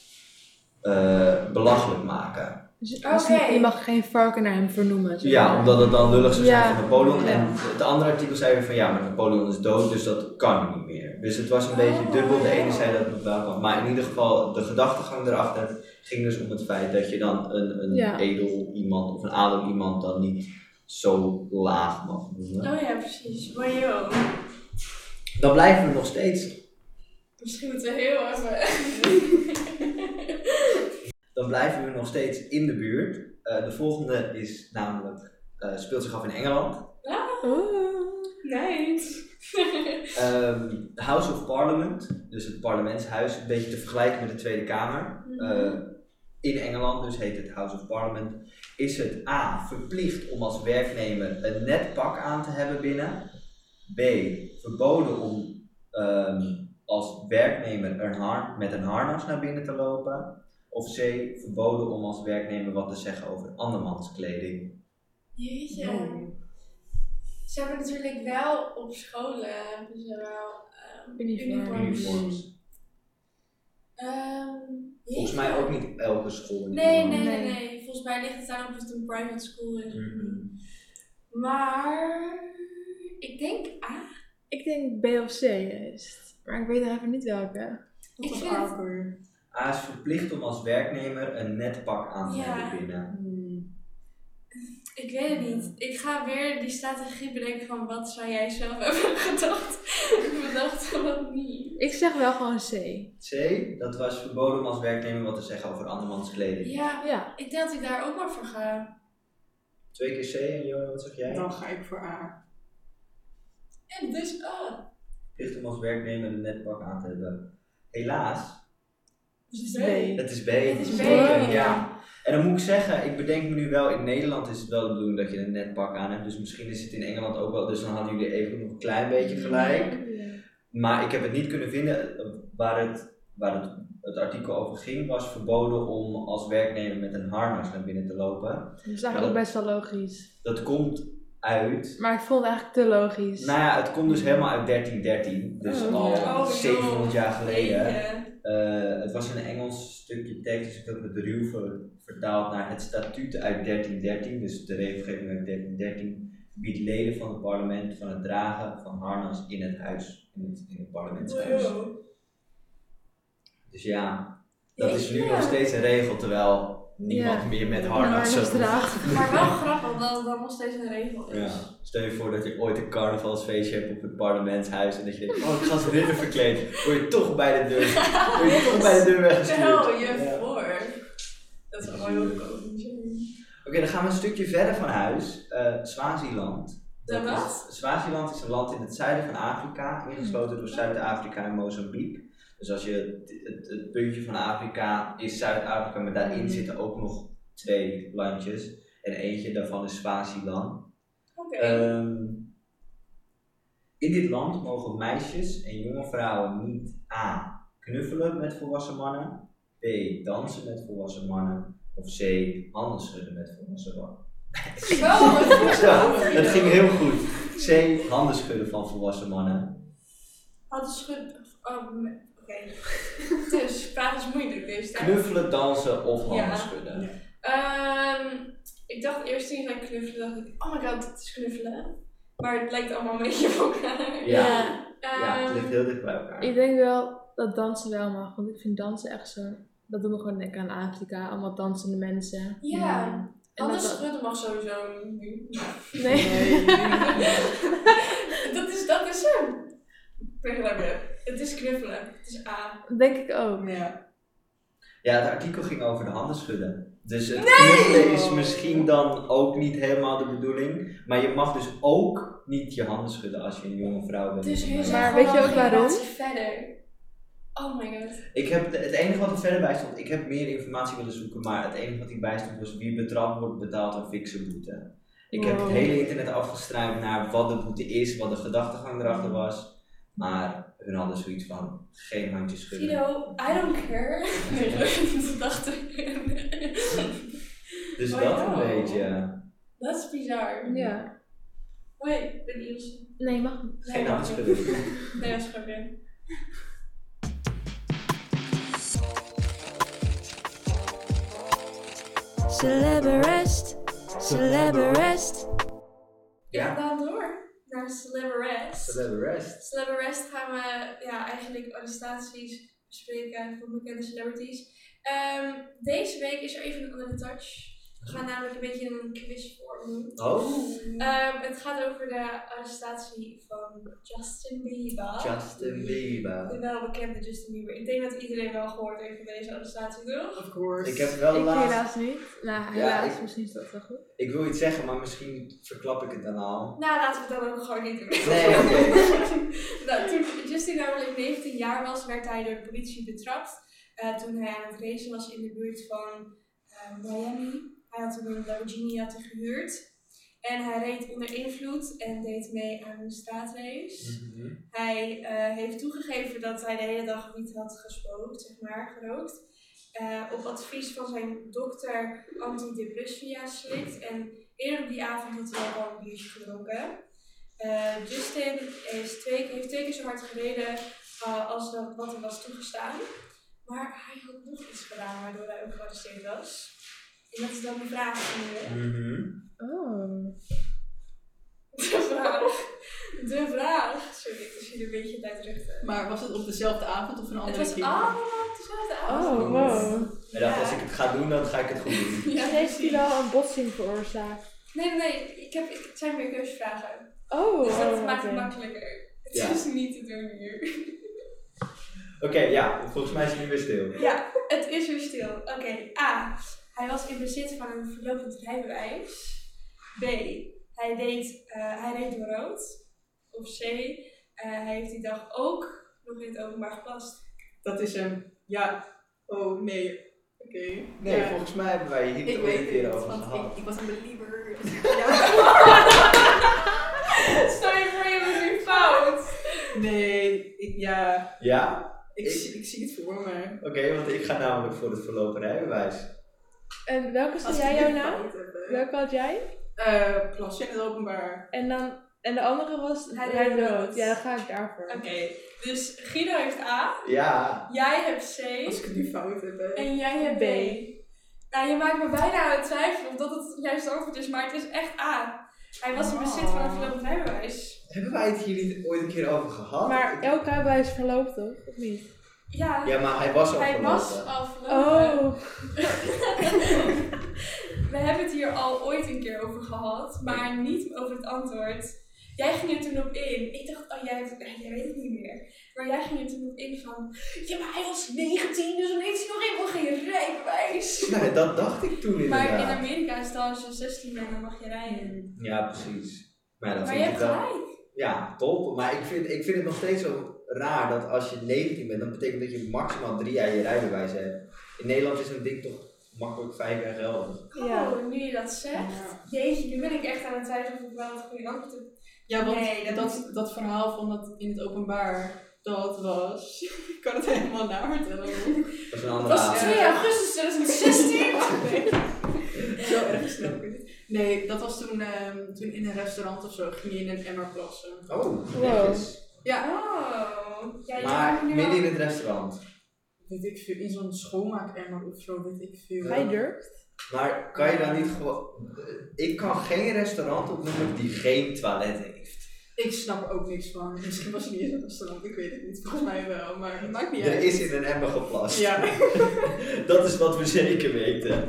S4: eh, belachelijk maken.
S3: Dus als
S1: Oké.
S3: je, je mag geen varken naar hem vernoemen. zeg
S4: Ja,
S3: maar.
S4: omdat het dan lullig zou zijn
S3: Ja.
S4: voor Napoleon.
S2: Ja.
S4: En het andere artikel zei weer van ja, maar Napoleon is dood, dus dat kan niet meer. Dus het was een beetje
S1: Oh.
S4: dubbel. De ene zei dat het nog wel kan. Maar in ieder geval, de gedachtegang erachter ging dus om het feit dat je dan een, een
S3: Ja.
S4: edel iemand of een adel iemand dan niet zo laag mag noemen.
S1: Oh ja, precies. Maar joh,
S4: Dan blijven we nog steeds.
S1: misschien moeten we heel even...
S4: Dan blijven we nog steeds in de buurt. Eh, de volgende is namelijk, eh, speelt zich af in Engeland.
S3: Oeh.
S1: Nice.
S4: Ehm, de House of Parliament, dus het parlementshuis, een beetje te vergelijken met de Tweede Kamer.
S1: Mhm.
S4: Eh, in Engeland, dus heet het House of Parliament, is het A. verplicht om als werknemer een net pak aan te hebben binnen. B. verboden om ehm, als werknemer een har- met een harnas naar binnen te lopen. Of C. verboden om als werknemer wat te zeggen over andermans kleding.
S1: Jeetje.
S2: Oh.
S1: Ze hebben natuurlijk wel op scholen hebben ze wel ehm,
S3: Uniform.
S1: uniforms.
S4: Uniforms.
S1: Ehm,
S4: Volgens
S1: jeetje.
S4: mij ook niet elke school.
S1: Nee, nee,
S4: uniform.
S1: nee,
S3: Nee.
S1: nee. Volgens mij ligt het aan of het een private school is.
S4: Mhm.
S1: Maar ik denk A.
S3: Ik denk B of C juist. Maar ik weet nog even niet welke.
S2: Wat
S1: Ik
S2: was
S1: vind
S2: A
S1: het-
S2: ook alweer?
S4: A is verplicht om als werknemer een net pak aan te
S1: Ja.
S4: hebben binnen.
S2: Hmm.
S1: Ik weet het niet. Ik ga weer die strategie bedenken van wat zou jij zelf hebben gedacht. Bedacht wat niet.
S3: Ik zeg wel gewoon C.
S4: C, dat was verboden om als werknemer wat te zeggen over andermans kleding.
S1: Ja,
S3: Ja.
S1: ik denk dat ik daar ook maar voor ga.
S4: Twee keer C en Johan, wat zeg jij?
S2: Dan ga ik voor A.
S1: En dus A.
S4: Verplicht om als werknemer een net pak aan te hebben. Helaas,
S1: Dus
S4: het is B.
S1: Het is B.
S4: Zeker,
S1: Ja.
S4: Ja. En dan moet ik zeggen, ik bedenk me nu wel, in Nederland is het wel de bedoeling dat je een net pak aan hebt. Dus misschien is het in Engeland ook wel, dus dan hadden jullie even nog een klein beetje gelijk. Maar ik heb het niet kunnen vinden eh, waar het, waar het, het artikel over ging. Was verboden om als werknemer met een harnas naar binnen te lopen.
S3: Dat is eigenlijk ook best wel logisch.
S4: Dat komt uit.
S3: Maar ik vond het eigenlijk te logisch.
S4: Nou ja, het komt dus helemaal uit 1313, dus
S3: Oh,
S4: al
S3: ja.
S1: Oh,
S4: 700 jaar geleden.
S1: Jeetje.
S4: Eh, het was een Engels stukje tekst, dus ik heb het ruw ver- vertaald naar het statuut uit 1313, dus de regelgeving uit 1313, biedt leden van het parlement van het dragen van harnas in het huis, in het, in het parlementshuis.
S1: Wow.
S4: Dus ja, dat
S1: Ja,
S4: is nu
S1: ja.
S4: nog steeds een regel, terwijl niemand meer met harnas
S3: harnas
S4: zou doen.
S3: draagt.
S1: Maar wel grappig dat het dan nog steeds een regel is.
S4: Ja. Stel je voor dat je ooit een carnavalsfeestje hebt op het parlementshuis en dat je denkt, oh ik ga als ridder verkleed, word je toch bij de deur, word je toch bij de deur weggestuurd.
S1: Stel je
S4: Ja.
S1: voor. Dat is wel heel komisch.
S4: Oké, dan gaan we een stukje verder van huis. Eh Swaziland.
S1: De
S4: Dat
S1: wat?
S4: is- Swaziland is een land in het zuiden van Afrika, ingesloten door Zuid-Afrika en Mozambique. Dus als je het, het, het puntje van Afrika is Zuid-Afrika, maar daarin zitten ook nog twee landjes. En eentje daarvan is Swaziland.
S1: Oké.
S4: Ehm, in dit land mogen meisjes en jonge vrouwen niet A. knuffelen met volwassen mannen, B. dansen met volwassen mannen of C. handen schudden met volwassen mannen.
S1: Wel, dat is
S4: Zo,
S1: wel een
S4: het ging heel goed. C. handen schudden van volwassen mannen.
S1: Had een schud. um, Oké. dus, praat is moeilijk deze tijd.
S4: Knuffelen, dansen of handen
S1: Ja.
S4: schudden.
S2: Ja.
S1: Ehm, ik dacht eerst toen je zei knuffelen, dacht ik, oh my god, dat is knuffelen. Maar het lijkt allemaal een beetje op elkaar.
S4: Ja.
S3: Ja.
S4: Ja, het ligt
S1: Ehm,
S4: heel dicht bij elkaar.
S3: Ik denk wel dat dansen wel mag. Want ik vind dansen echt zo... Dat doet me gewoon denken aan Afrika. Allemaal dansende mensen.
S1: Ja.
S3: En
S1: Anders
S3: dat-
S1: schudden mag sowieso niet.
S3: Nee.
S1: dat, is, dat is hem. Ik ben er blij mee. Het is knuffelen. Het is A.
S3: Denk ik ook.
S2: Ja.
S4: Ja, het artikel ging over de handen schudden. Dus het knuffelen is misschien dan ook niet helemaal de bedoeling. Maar je mag dus ook niet je handen schudden als je een jonge vrouw bent.
S1: Dus hun zijn
S3: Maar
S1: gewoon
S3: weet je
S1: al
S3: ook
S1: een
S3: waarom?
S1: generatie verder. Oh my god.
S4: Ik heb de- het enige wat er verder bij stond, ik heb meer informatie willen zoeken, maar het enige wat ik bij stond was wie betrapt wordt betaalt een fikse boete. Ik heb het
S3: Wow.
S4: hele internet afgestruimd naar wat de boete is, wat de gedachtegang erachter was. Maar hun hadden zoiets van geen handjes schudden.
S1: Guido, I don't care. dat dacht ik.
S4: Dus
S1: Oh,
S4: dat
S1: ja.
S4: een beetje.
S1: Dat is bizar.
S3: Ja.
S1: Wait, ben je
S3: Nee, mag niet.
S4: Geen handen schudden.
S1: Nee, dat is gewoon weer.
S5: Celebrest, celebrest,
S1: Ja,
S4: Ja.
S1: dan door naar Celebrest.
S4: So the rest.
S1: Celebrest gaan we ja, eigenlijk arrestaties bespreken van bekende celebrities. Ehm, deze week is er even een andere touch. We gaan namelijk een beetje een quiz vorm doen.
S4: Oh,
S1: Ehm, het gaat over de arrestatie van Justin Bieber.
S4: Justin Bieber.
S1: De welbekende Justin Bieber. Ik denk nou dat iedereen wel gehoord heeft van deze arrestatie, toch?
S2: Of course.
S4: Ik heb wel
S3: Ik
S4: laatst...
S3: helaas niet. Nou,
S4: Ja,
S3: helaas.
S4: ik-
S3: Misschien is dat wel goed.
S4: Ik wil iets zeggen, maar misschien verklap ik het dan al.
S1: Nou, laten we het dan ook gewoon niet doen.
S4: Nee, oké.
S1: nou, toen Justin namelijk 19 jaar was, werd hij door de politie betrapt. Eh, toen hij aan het racen was in de buurt van eh, Miami. Hij had toen een Lamborghini had hij gehuurd. En hij reed onder invloed en deed mee aan een straatrace.
S4: Mhm.
S1: Hij eh, heeft toegegeven dat hij de hele dag niet had gespookt, zeg maar, gerookt. Eh, op advies van zijn dokter antidepressiva slikt. En eerder op die avond had hij ook al een biertje gedronken. Eh, Justin is twee, heeft twee keer zo hard gereden eh, als dat, wat er was toegestaan. Maar hij had nog iets gedaan waardoor hij ook gearresteerd was. En dat is dan de vraag eh, van nu.
S4: Mhm.
S3: Oh.
S1: De vraag. De vraag. Sorry, ik zie er een beetje tijd richten.
S2: Maar was het op dezelfde avond of een
S1: Het
S2: andere
S1: was
S2: keer?
S1: allemaal op dezelfde avond.
S3: Oh, wow.
S4: Hij dacht,
S1: Ja.
S4: als ik het ga doen, dan ga ik het goed doen.
S1: Ja,
S3: En heeft hij wel een botsing veroorzaakt?
S1: Nee, nee, nee. Ik heb, ik, het zijn meer keuzevragen.
S3: Oh.
S1: Dus dat
S3: oh,
S1: maakt het
S3: oké.
S1: makkelijker. Het
S4: Ja.
S1: is niet te doen hier.
S4: Oké, ja, volgens mij is het nu weer stil.
S1: Ja, het is weer stil. Oké, A. Hij was in bezit van een verlopend rijbewijs. B. Hij deed, eh, hij reed door rood. Of C. eh, hij heeft die dag ook nog in het openbaar geplast.
S2: Dat is hem. Ja. Oh, nee. Oké.
S4: Nee,
S2: Ja.
S4: volgens mij hebben wij hier
S2: Ik
S4: niet ooit
S2: weet
S4: een
S2: het,
S4: keer over
S2: want
S4: gehad.
S2: ik, ik was een believer.
S1: Stel je voor, je bent nu fout.
S2: Nee, ik, ja,
S4: Ja?
S2: ik,
S4: Ik-
S2: zie- ik zie het voor me.
S4: Oké, want ik ga namelijk voor het verlopen rijbewijs.
S3: En welke zie jij jou nou? Welke had jij?
S2: Eh, eh plassen in het openbaar.
S6: En, dan, en de andere was
S1: Hij
S6: hij
S1: deed
S6: dood.
S1: dood.
S6: Ja, dan ga ik daarvoor.
S1: Oké, dus Guido heeft A,
S4: Ja.
S1: jij hebt C
S2: Als ik het nu fout heb. hè.
S1: en jij hebt B. Nou, je maakt me bijna aan het twijfelen of dat het juist antwoord is, maar het is echt A. Hij was in bezit van een verlopen rijbewijs.
S4: Hebben wij het hier niet ooit een keer over gehad?
S6: Maar elk daarbij is verloopt toch? Of niet?
S1: Ja,
S4: Ja, maar hij was al
S1: hij was
S4: verlopen.
S1: al verlopen.
S6: Oh.
S1: We hebben het hier al ooit een keer over gehad, maar niet over het antwoord. Jij ging er toen op in. Ik dacht, oh jij, hebt- eh, jij weet het niet meer. Maar jij ging er toen op in van, ja maar hij was 19, dus dan heeft hij nog helemaal geen rijbewijs.
S4: Nee, dat dacht ik toen inderdaad.
S1: Maar in Amerika is het al als je 16 bent, dan mag je rijden.
S4: Ja, precies. Maar, dat
S1: Maar je
S4: vind
S1: hebt
S4: ik dan...
S1: gelijk.
S4: Ja, top. Maar ik vind, ik vind het nog steeds zo raar dat als je 19 bent, dan betekent dat je maximaal drie jaar je rijbewijs hebt. In Nederland is een ding toch makkelijk vijf jaar geldig.
S6: Ja.
S1: Oh, nu je dat zegt.
S2: Ja.
S1: Jeetje, nu ben ik echt aan het twijfelen of ik wel het goede antwoord heb.
S2: Ja, want
S1: Nee, dat-
S2: dat, dat, verhaal van dat in het openbaar, dat was... ik kan het helemaal naar vertellen.
S4: Dat is een andere
S1: Was het
S4: avond.
S1: 2 augustus Oh, 2016?
S2: Zo erg snel. kun je- Nee, dat was toen, ehm, toen in een restaurant of zo ging je in een emmer plassen.
S4: Oh,
S6: Wow.
S4: netjes.
S2: Ja,
S1: Oh. Ja, je maakt
S4: Maar
S1: nu wel-
S4: midden in het restaurant.
S2: weet ik veel, in zo'n schoonmaakemmer of zo, weet ik veel.
S6: Hij durft.
S4: Maar kan je dan niet gewoon... Ik kan geen restaurant opnoemen die geen toilet heeft.
S2: Ik snap er ook niks van. Misschien was het niet in een restaurant, ik weet het niet. Volgens mij wel, maar het maakt niet
S4: Er
S2: uit.
S4: is in een emmer geplast.
S2: Ja.
S4: Dat is wat we zeker weten.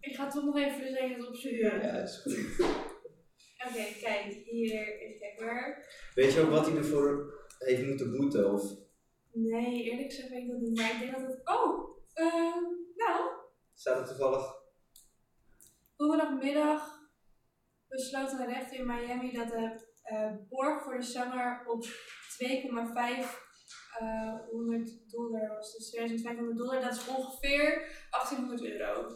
S1: Ik ga toch nog even de regels opzoeken.
S4: Ja, is goed.
S1: Oké, kijk, hier, even kijken waar.
S4: Weet je ook wat hij ervoor heeft moeten boeten? Of...
S1: Nee, eerlijk gezegd weet ik dat niet, maar ik denk dat het... Oh, ehm, nou,
S4: Staat er toevallig...
S1: donderdagmiddag besloot een rechter in Miami dat de eh, borg voor de zanger op 2,5 eh, 100 dollar was. Dus 2500 dollar, dat is ongeveer 1800 euro.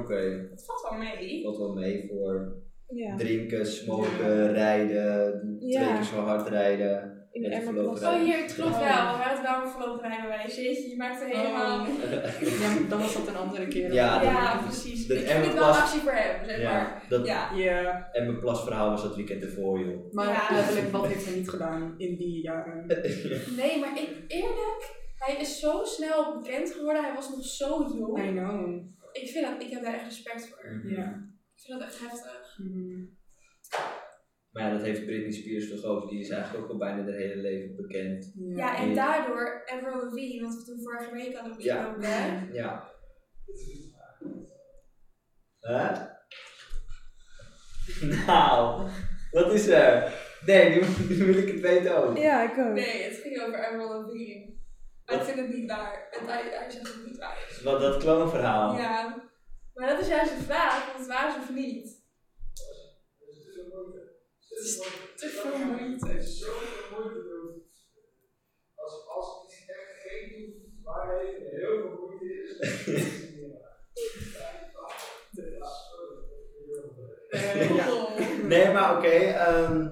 S4: Oké,
S1: Dat valt wel mee.
S4: wat wel mee voor
S6: Ja.
S4: drinken, smoken, rijden, twee
S6: Ja.
S4: keer zo hard rijden.
S6: In
S4: Met
S6: de
S4: de
S6: emmer
S4: verloop
S6: plassen.
S1: Oh, hier, het klopt
S6: Oh.
S1: wel. Hij had wel een voorlopig rijbewijs. Jeetje, je maakt er helemaal...
S2: Oh. Ja, maar dan was dat een andere keer.
S4: Ja, dat-
S1: Ja, precies.
S4: dat
S1: ik vind het wel
S4: Emmerplas-
S1: actie voor hem, zeg maar.
S4: dat
S1: Ja.
S2: Ja,
S4: en mijn plasverhaal was dat weekend ervoor, joh.
S2: maar
S1: Ja.
S2: letterlijk, wat heeft hij niet gedaan in die jaren?
S1: Nee, maar ik, eerlijk, hij is zo snel bekend geworden. Hij was nog zo
S2: I
S1: jong.
S2: know.
S1: Ik, vind dat, ik heb daar echt respect voor.
S2: Ja.
S1: Ik vind dat echt heftig.
S2: Mhm.
S4: Maar ja, dat heeft Britney Spears toch ook. Die is eigenlijk ook al bijna haar hele leven bekend.
S1: Ja, en
S4: Ja.
S1: daardoor Avril Lavigne, want we toen vorige week hadden
S4: Ja.
S1: opgenomen. hè.
S4: Ja. Hè? Nou, wat is er? Nee, nu, nu wil ik het weten ook.
S6: Oh, Ja, ik ook.
S1: Nee, het ging over Avril Lavigne. Maar ik vind het niet waar. En hij, hij zegt dat het niet waar is.
S4: Wat dat kloonverhaal.
S1: Ja. Maar dat is juist de vraag, of het waar is of niet. Het is te veel moeite.
S7: Het is zoveel moeite doen. Als, als het iets echt geen doet, waar hij heel veel moeite is, dan is het niet waar. Ja, sorry.
S2: Eh, ja.
S4: Nee, maar oké. ehm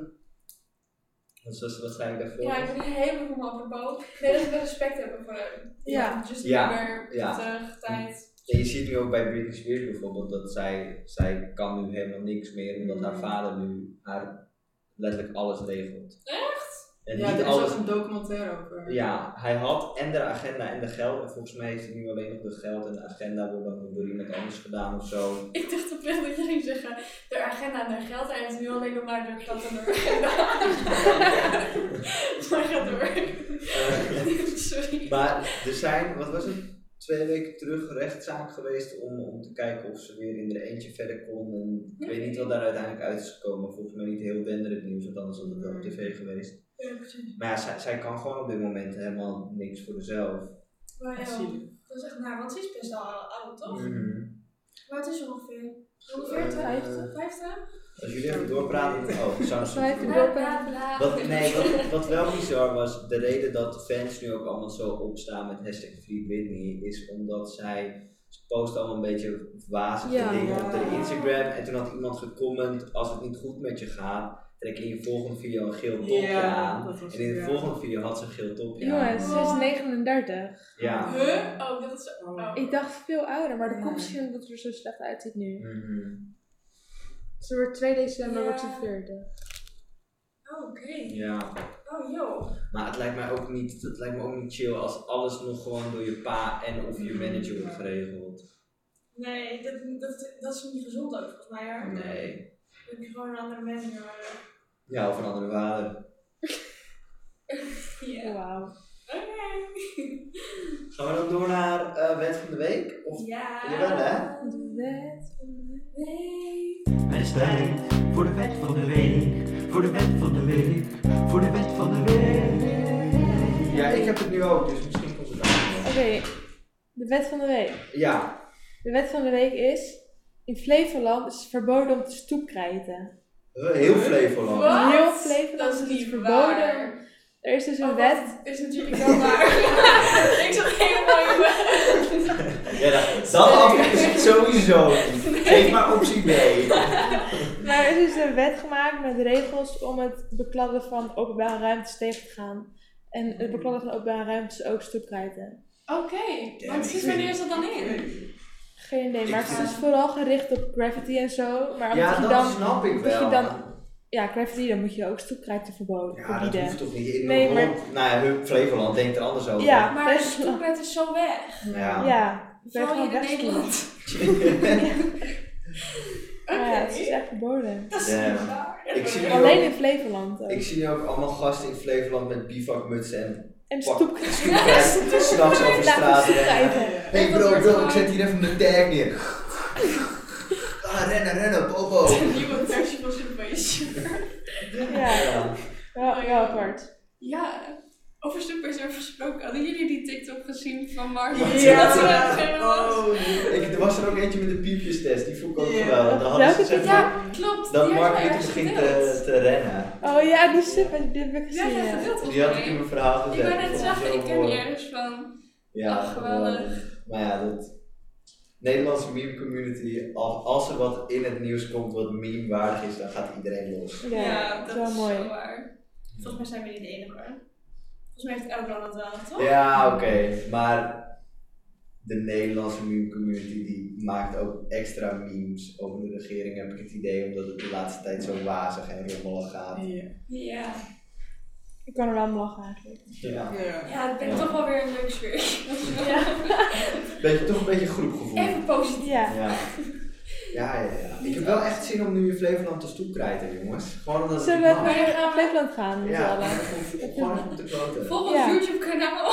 S4: dus wat, was- wat zei ik daarvoor?
S1: Ja, ik vind het helemaal apropos. Ik denk dat ik wel respect heb voor hem.
S6: Ja.
S1: Just
S4: Ja.
S1: Bieber,
S4: Ja.
S1: pittig, tijd.
S4: Ja, je ziet nu ook bij Britney Spears bijvoorbeeld dat zij, zij kan nu helemaal niks meer omdat haar vader nu haar letterlijk alles regelt. Echt? En
S2: Ja, er
S4: niet
S2: is ook
S4: alles.
S2: een documentaire over.
S4: Ja, hij had en de agenda en de geld. En volgens mij heeft hij nu alleen nog de geld en de agenda wordt dan door iemand anders gedaan of zo.
S1: Ik dacht oprecht dat je ging zeggen, de agenda en haar geld. Hij heeft nu alleen nog maar de geld en de agenda. maar ga door.
S4: Eh,
S1: Sorry.
S4: maar er zijn, wat was het? Twee weken terug rechtszaak geweest om, om te kijken of ze weer in de eentje verder kon. En ik weet niet wat daar uiteindelijk uit is gekomen. Volgens mij niet heel denderend nieuws, want anders had het wel op tv geweest.
S1: Ja, precies.
S4: Maar ja, zij, zij kan gewoon op dit moment helemaal niks voor zichzelf.
S1: Maar ja,
S2: Echt zielig.
S1: dat is echt nou, want ze is best wel oud, toch? Maar het is ze ongeveer.
S4: Eh,
S1: Ongeveer 50? 50?
S4: Als jullie even doorpraten, oh, Samsung.
S6: Vijf-
S1: Bla bla bla.
S4: Wat, nee, wat, wat wel bizar was, de reden dat fans nu ook allemaal zo opstaan met hashtag Free Britney, is omdat zij, ze post allemaal een beetje wazige
S6: Ja,
S4: dingen op
S2: ja.
S4: de Instagram. En toen had iemand gecomment, als het niet goed met je gaat, trek in je volgende video een geel topje aan.
S2: dat was
S4: En in de
S2: ja.
S4: volgende video had ze een geel topje aan.
S6: Jongens, ze
S1: Oh.
S6: is 39.
S4: Ja.
S1: Huh? Oh, dat is...
S2: Oh.
S1: Oh.
S6: Ik dacht veel ouder, maar dat
S2: Ja.
S6: komt misschien omdat het er zo slecht uitziet nu.
S4: Mhm.
S3: Ze wordt 2 december,
S1: Ja.
S3: wordt ze 40.
S1: Oh, oké.
S4: Ja.
S1: Oh, joh.
S4: Maar het lijkt mij ook niet, het lijkt me ook niet chill als alles nog gewoon door je pa en of
S2: Mhm.
S4: je manager wordt geregeld.
S1: Nee, dat, dat, dat is niet gezond ook, volgens mij. Hoor.
S4: Nee.
S1: Dan heb je gewoon een andere eh, manager. nodig.
S4: Ja, of een andere vader.
S1: Ja.
S3: Wauw.
S1: Oké.
S4: Gaan we dan door naar eh wet van de week? Of
S1: Ja.
S4: Jawel, hè?
S3: Wet.
S1: Nee.
S8: Het is tijd voor de wet van de week, voor de wet van de week, voor de wet van de week.
S4: Ja, ik heb het nu ook, dus misschien komt het aan.
S3: Oké, de wet van de week.
S4: Ja,
S3: De wet van de week is... In Flevoland is het verboden om te stoepkrijten.
S4: eh, heel Flevoland.
S1: Wat?
S3: Heel Flevoland
S1: Dat is
S3: is
S1: niet
S3: verboden.
S1: waar.
S3: Er is dus een
S1: Oh,
S3: wet...
S1: dat is natuurlijk wel waar. ik zat helemaal in mijn-
S4: Ja, dat, dat af is het sowieso niet. Geef maar optie B.
S3: Maar er is dus een wet gemaakt met regels om het bekladden van openbare ruimtes tegen te gaan. En het bekladden van openbare ruimtes is ook stoepkrijten.
S1: Oké, want sinds wanneer is dat dan in?
S3: Geen idee,
S4: Ik
S3: maar het is
S4: vind-
S3: dus vooral gericht op graffiti en zo. Maar omdat
S4: Ja,
S3: je
S4: dat
S3: dan...
S4: snap ik
S3: dat je
S4: wel.
S3: dan- Ja, graffiti, dan moet je ook stoepkrijten verboden,
S4: ja, dat
S3: verbieden.
S4: hoeft toch niet in
S3: Nee, maar-
S4: Noord-Holland? Nou ja, Hup, Flevoland denkt er anders over.
S3: Ja,
S1: Maar
S3: best-
S1: stoepret is zo weg.
S4: Ja.
S3: Ja, ik ben
S1: Vooral
S3: gewoon
S1: hier in
S3: weggestopt.
S1: Nederland. Oké.
S3: Maar Ja, het is echt verboden.
S1: Dat is
S4: Ja.
S1: niet waar.
S4: Ik zie- Ja.
S3: Alleen in Flevoland ook.
S4: Ik zie nu ook allemaal gasten in Flevoland met bivakmutsen en
S3: En
S4: Pak.
S3: stoepkrijten.
S4: stoepkrijten. S'nachts over straat rennen.
S3: stoepkrijten.
S4: Hé hey
S1: Dat
S4: bro,
S1: wordt
S4: bro,
S1: gewoon-
S4: ik zet hier even mijn tag neer. Ah, rennen, rennen, bobo.
S1: Een nieuwe versie van Superbeestje.
S3: Ja,
S4: Ja.
S3: wel, wel apart.
S1: Ja, over Superbeestje gesproken. Hadden jullie die TikTok gezien van Mark?
S2: Ja.
S1: Dat ze aan
S4: Oh.
S1: het rennen was?
S4: Ik, er was er ook eentje met de piepjestest, die vond ik ook
S2: Ja.
S4: geweldig. Dan hadden ze
S3: Welke
S4: gezegd
S3: piep-
S4: dat-
S1: Ja, klopt.
S4: dat
S1: die
S4: Mark
S1: had ik wel
S4: Rutte
S1: ergens
S4: begint
S1: gedeeld.
S4: te, te rennen.
S3: Oh ja, die super, die heb ik
S1: Ja,
S3: gezien.
S1: ja,
S3: ja.
S1: gedeeld volgens
S4: Die had ik
S1: mij.
S4: in mijn verhaal gezet.
S1: Ik wou net
S4: vond het
S1: zeggen,
S4: zo
S1: ik ken
S4: mooi.
S1: die ergens van.
S4: Ja,
S1: Ach, geweldig.
S4: Maar ja, dat Nederlandse meme community, als, als er wat in het nieuws komt wat meme waardig is, dan gaat iedereen los.
S3: Ja, dat is wel mooi.
S1: zo waar. Volgens mij zijn we niet de enige. Volgens mij heeft elk land het wel, toch?
S4: Ja, oké. Maar de Nederlandse meme community die maakt ook extra memes over de regering, heb ik het idee, omdat het de laatste tijd zo wazig en rommelig gaat.
S2: Ja.
S1: Ja.
S3: Ik kan er wel om lachen eigenlijk.
S4: Ja.
S2: Ja.
S1: Ja, dat ben ik
S4: Ja.
S1: toch wel weer een leuk sfeer.
S4: Beetje, toch een beetje groepgevoel.
S1: Even positief.
S3: Ja,
S4: Ja. Ja, ja, ja. Ik heb wel echt zin om nu in Flevoland te stoepkrijten, jongens. Gewoon omdat het
S3: zullen we
S4: mag.
S3: maar naar Flevoland gaan met z'n
S4: Ja,
S3: allen?
S4: gewoon even op de kloten.
S1: Volg ons
S3: Ja.
S1: YouTube-kanaal.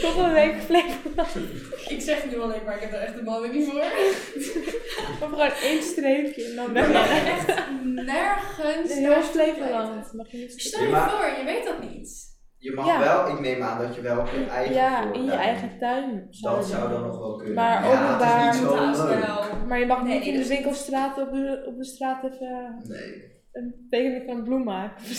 S3: Volgende week Flevoland.
S1: ik zeg het nu alleen maar, ik heb er echt de bal weer niet voor.
S3: Of gewoon één streepje en dan
S1: Ik
S3: weg.
S1: ben echt nergens.
S3: Heel
S1: naar
S3: Flevoland. Mag je niet
S1: Stel je
S4: Ja, maar-
S1: voor, je weet dat niet.
S4: Je mag
S3: Ja.
S4: wel, ik neem aan dat je wel op je eigen
S3: Ja, in je
S4: voortuin-
S3: eigen tuin.
S4: Dat
S3: zouden.
S4: zou dan nog wel kunnen.
S3: Maar
S4: ja,
S3: openbaar
S4: het is niet zo leuk.
S1: wel.
S3: Maar je mag
S1: Nee,
S3: niet in de
S1: dus-
S3: winkelstraat op de, op de straat even
S4: Nee.
S3: een tekening van een bloem maken.
S4: Ja.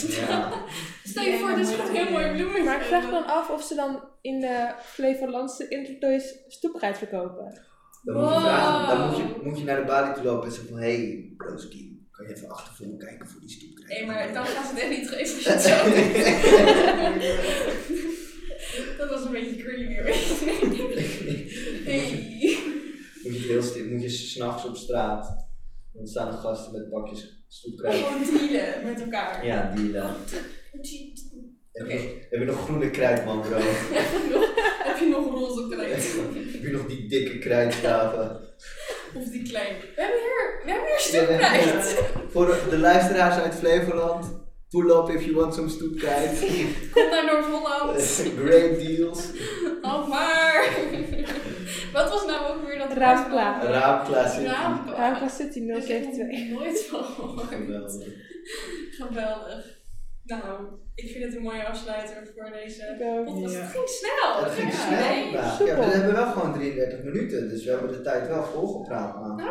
S1: Stel je voor, dit is gewoon heel mooi bloemen.
S3: Maar ik vraag me dan af of ze dan in de Flevolandse Intertoys stoepkrijt verkopen.
S4: Dan, moet je,
S1: Wow.
S4: vragen, dan moet, je, moet je naar de balie toe lopen en zeggen van, hé, hey, broski, kan je even achtervoor kijken voor die stoep
S1: Nee, maar dan gaan ze het echt niet geven als je het zo doet. Dat was een beetje creepy. Nee.
S4: Moet je heel stil, moet je s'nachts op straat, dan staan er gasten met pakjes stoepkrijten.
S1: Gewoon dealen met elkaar.
S4: Ja, die dan. Heb, je nog- heb je nog groene kruid, man, bro?
S1: Heb je nog roze krijt?
S4: heb je nog die dikke kruidstaven?
S1: Of die klein? We hebben hier, we hebben hier
S4: Ja,
S1: stoepkrijt.
S4: Voor de luisteraars uit Flevoland, pull up if you want some stoepkrijt.
S1: Kom naar Noord-Holland.
S4: Great deals.
S1: Al maar. Wat was nou ook weer dat
S3: Raamklaar.
S4: Raamklaar zit hier.
S1: Raamklaar.
S3: Ruimte City
S1: Ik heb
S3: 072.
S1: er nooit van gehoord.
S4: Geweldig.
S1: Geweldig. Nou, ik vind het een mooie afsluiter voor deze
S3: Ik ook.
S1: podcast.
S2: Ja.
S1: Het ging snel.
S4: Dat ging
S1: Ja.
S4: snel.
S1: Nee.
S4: vandaag. Ja,
S3: Soepel.
S4: we hebben wel gewoon 33 minuten, dus we hebben de tijd wel volgepraat. Maar
S1: Oké,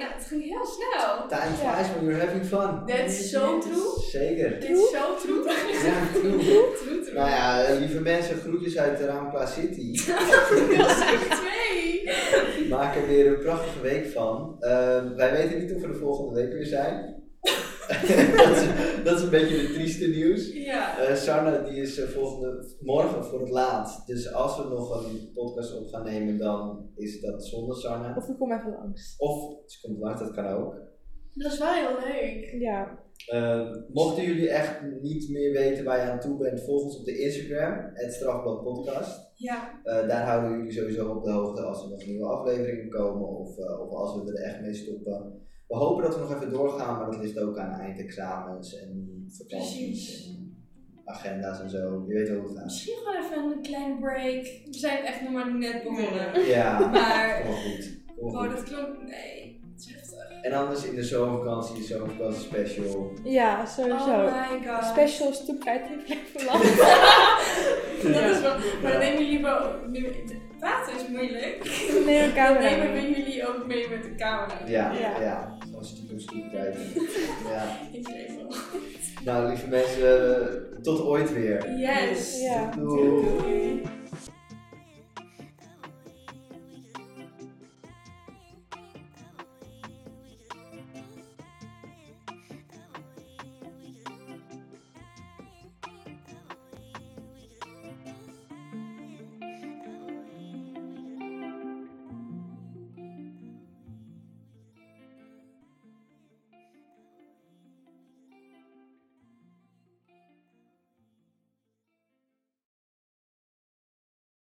S1: nou, het ging heel snel.
S4: time flies when you're having fun.
S1: Dit is zo true.
S4: Zeker.
S1: Dit is zo true.
S4: Ja, true.
S1: True, true.
S4: Nou ja, eh, lieve mensen, groetjes uit de Raamklaar City.
S1: Twee.
S4: Maak er weer een prachtige week van. Eh, wij weten niet of we de volgende week weer zijn. dat, is, dat is een beetje de trieste nieuws.
S1: Ja.
S4: Eh, Sarna die is eh, volgende, morgen voor het laatst. Dus als we nog een podcast op gaan nemen, dan is dat zonder Sarna.
S3: Of ik kom even langs.
S4: Of ze komt langs, dat kan ook.
S1: Dat is wel heel leuk.
S3: Ja.
S4: Ehm, mochten jullie echt niet meer weten waar je aan toe bent, volg ons op de Instagram, het Strafblad Podcast.
S1: Ja,
S4: Eh, daar houden we jullie sowieso op de hoogte als er nog nieuwe afleveringen komen of, eh, of als we er echt mee stoppen. We hopen dat we nog even doorgaan, maar dat ligt ook aan eindexamens en vakanties
S1: Precies.
S4: en agenda's en zo. Je weet hoe het gaat.
S1: misschien gewoon even een kleine break. We zijn echt nog maar net begonnen.
S4: Ja,
S1: Maar,
S4: kom maar goed. Kom maar
S1: oh,
S4: goed.
S1: dat klonk, nee, het is heftig.
S4: En anders in de zomervakantie, zomervakantie special.
S3: Ja, sowieso.
S1: Oh my god.
S3: Special stoepkijt heeft lekker lang.
S1: Dat is wel, maar
S4: Ja.
S1: dan nemen jullie wel, nu- praten is moeilijk.
S3: We nemen een
S1: Dan
S3: camera
S1: nemen
S3: mee.
S1: we jullie ook mee met de camera.
S4: Ja, ja.
S3: Ja.
S4: Gewoon stiekem stiekem kijken. ja.
S1: Ik weet wel.
S4: Nou, lieve mensen, eh, tot ooit weer.
S1: Yes.
S3: Ja.
S4: Doei.
S1: Doei.